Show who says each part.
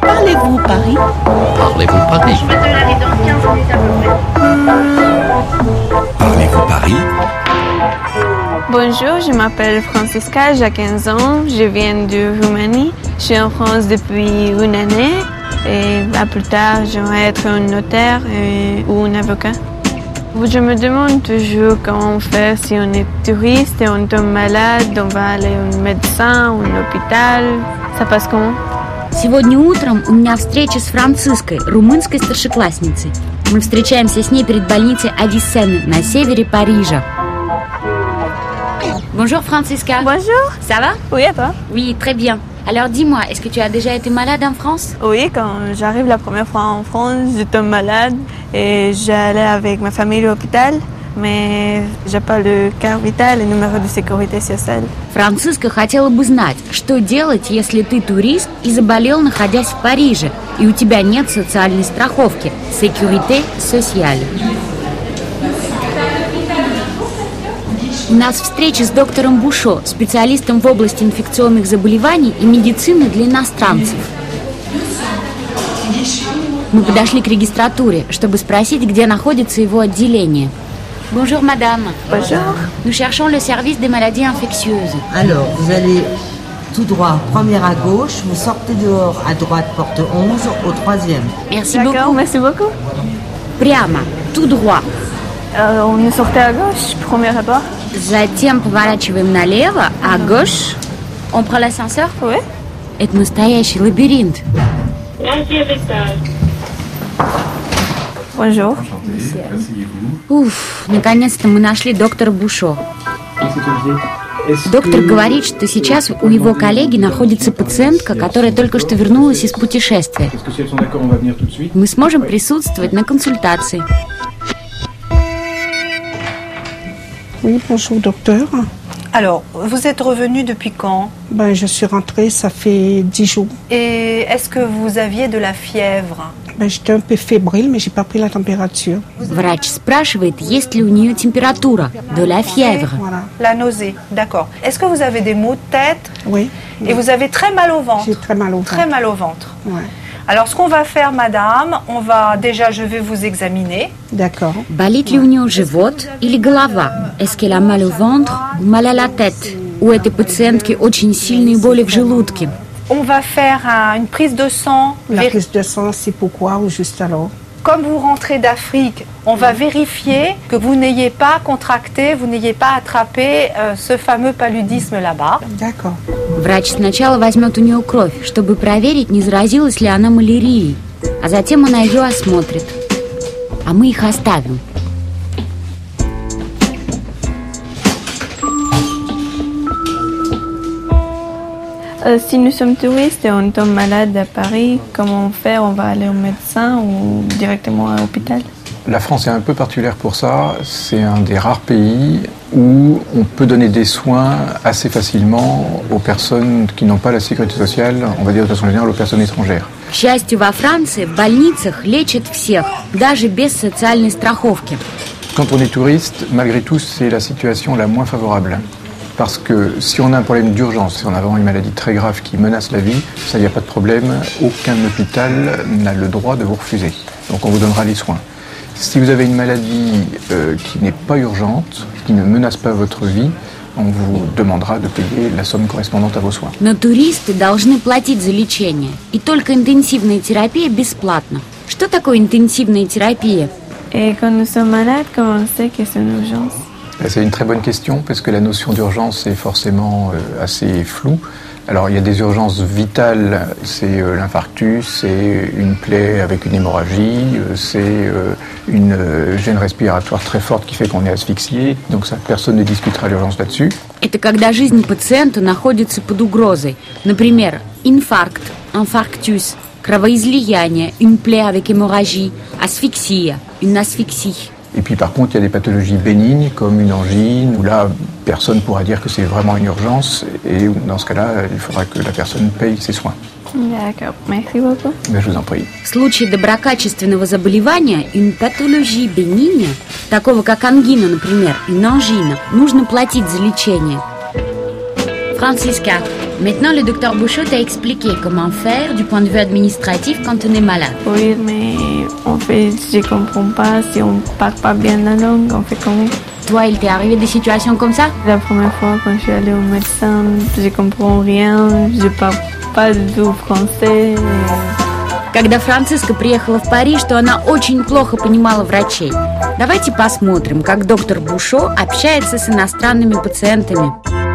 Speaker 1: Parlez-vous Paris
Speaker 2: Parlez-vous Paris
Speaker 3: Je me donne aller dans 15 minutes à peu près.
Speaker 2: Parlez-vous Paris
Speaker 4: Bonjour, je m'appelle Francisca, j'ai 15 ans, je viens de Roumanie. Je suis en France depuis une année et à plus tard, j'aimerais être un notaire et- ou un avocat. Je me demande toujours comment on fait si on est touriste et on tombe malade, on va aller à un médecin, à un hôpital. Ça passe comment
Speaker 5: Сегодня утром у меня встреча с Франциской, румынской старшеклассницей. Мы встречаемся с ней перед больницей Ависенны на севере Парижа. Bonjour Francisca.
Speaker 4: Bonjour,
Speaker 5: Ça va?
Speaker 4: oui à toi
Speaker 5: Oui, très bien. Alors dis-moi, est-ce que tu as déjà été malade en France?
Speaker 4: Oui, quand j'arrive la première fois en France, je tombe malade et j'allais avec ma famille à l'hôpital, mais j'ai pas le carte vitale et le numéro de sécurité sociale.
Speaker 5: Франциска хотела бы знать, что делать, если ты турист и заболел, находясь в Париже, и у тебя нет социальной страховки Sécurité sociale. У нас встреча с доктором Бушо, специалистом в области инфекционных заболеваний и медицины для иностранцев. Мы подошли к регистратуре, чтобы спросить, где находится его отделение. Bonjour, madame.
Speaker 4: Bonjour.
Speaker 5: Nous cherchons le service des maladies infectieuses.
Speaker 6: Alors, vous allez tout droit, première à gauche, vous sortez dehors, à droite, porte 11, au troisième.
Speaker 5: Merci
Speaker 4: D'accord,
Speaker 5: beaucoup.
Speaker 4: merci beaucoup.
Speaker 5: Прямо, tout droit.
Speaker 4: Euh, on est sorti à gauche, premier abord.
Speaker 5: Затем поворачиваем налево, а à gauche. On prend l'ascenseur?
Speaker 4: Oui.
Speaker 5: Это настоящий лабиринт.
Speaker 4: Bonjour.
Speaker 5: Уф, наконец-то мы нашли доктора Бушо. Доктор говорит, что сейчас у его коллеги находится пациентка, которая только что вернулась из путешествия.
Speaker 7: Est-ce que si elles sont d'accord, on va venir tout de suite
Speaker 5: Мы сможем присутствовать на консультации.
Speaker 8: Oui, bonjour docteur.
Speaker 9: Alors, vous êtes revenu depuis quand
Speaker 8: Ben, je suis rentrée, ça fait 10 jours.
Speaker 9: Et est-ce que vous aviez de la fièvre
Speaker 8: Ben, j'étais un peu fébrile, mais j'ai pas pris la température.
Speaker 5: Врач спрашивает, есть ли у нее температура, de la fièvre.
Speaker 8: Voilà,
Speaker 9: La nausée, d'accord. Est-ce que vous avez des maux de tête
Speaker 8: oui.
Speaker 9: Et vous avez très mal au ventre
Speaker 8: J'ai très mal au
Speaker 9: Très
Speaker 8: ventre.
Speaker 9: mal au ventre.
Speaker 8: Ouais.
Speaker 9: Alors, ce qu'on va faire, madame, on va déjà, je vais vous examiner.
Speaker 8: D'accord.
Speaker 5: Болит ли у нее живот или голова? Est-ce qu'elle a mal au ventre ou mal à la tête? У этой пациентки очень сильные боли в желудке.
Speaker 9: On va faire un- une prise de sang.
Speaker 8: La
Speaker 9: Vér-
Speaker 8: prise de sang, c'est pourquoi ou juste alors
Speaker 9: Comme vous rentrez d'Afrique, on va vérifier que vous n'ayez pas contracté, vous n'ayez pas attrapé euh, ce fameux paludisme là-bas.
Speaker 8: D'accord.
Speaker 5: Врач сначала возьмет у нее кровь, чтобы проверить, не заразилась ли она малярией, а затем она ее осмотрит. А мы их оставим.
Speaker 4: Euh, si nous sommes touristes et on tombe malade à Paris, comment on fait On va aller au médecin ou directement à l'hôpital
Speaker 7: La France est un peu particulière pour ça. C'est un des rares pays où on peut donner des soins assez facilement aux personnes qui n'ont pas la sécurité sociale, on va dire de façon générale aux personnes étrangères.
Speaker 5: К счастью, во Франции в больницах лечат всех, даже без социальной страховки.
Speaker 7: Quand on est touriste, malgré tout, c'est la situation la moins favorable. Parce que si on a un problème d'urgence, si on a vraiment une maladie très grave qui menace la vie, ça, il n'y a pas de problème. Aucun hôpital n'a le droit de vous refuser. Donc on vous donnera les soins. Si vous avez une maladie euh, qui n'est pas urgente, qui ne menace pas votre vie, on vous demandera de payer la somme correspondante à vos soins.
Speaker 5: Но туристы должны платить за лечение. И только интенсивная терапия бесплатна. Что такое интенсивная терапия?
Speaker 4: Et quand nous sommes malades, comment on sait que c'est une urgence
Speaker 7: Ben, C'est une très bonne question parce que la notion d'urgence est forcément euh, assez floue. Alors il y a des urgences vitales, c'est euh, l'infarctus, c'est une plaie avec une hémorragie, euh, c'est euh, une euh, gêne respiratoire très forte qui fait qu'on est asphyxié. Donc ça, personne ne discutera l'urgence là-dessus.
Speaker 5: Это когда жизнь пациента находится под угрозой. Например, инфаркт, инфарктус, кровоизлияние, une plaie avec hémorragie, асфиксия, une asphyxie.
Speaker 7: Et puis par contre, il y a des pathologies bénignes comme une angine où là, personne ne pourra dire que c'est vraiment une urgence et dans ce cas-là, il faudra que la personne paye ses soins.
Speaker 4: D'accord, merci beaucoup.
Speaker 7: Mais je vous en prie.
Speaker 5: В случае доброкачественного заболевания, une pathologie bénigne, такого как ангина, например, une angine, нужно платить за лечение. Франциска, Maintenant, le docteur Bouchot t'a expliqué comment faire du point de vue administratif quand on est malade.
Speaker 4: Oui, mais en fait, je comprends pas si on parle pas bien la langue, on fait comment
Speaker 5: Toi, il t'est arrivé des situations comme ça
Speaker 4: La première fois quand je suis allée au médecin, je comprends rien, je parle pas du tout français.
Speaker 5: Когда Франциска приехала в Париж, то она очень плохо понимала врачей. Давайте посмотрим, как доктор Бушо общается с иностранными пациентами.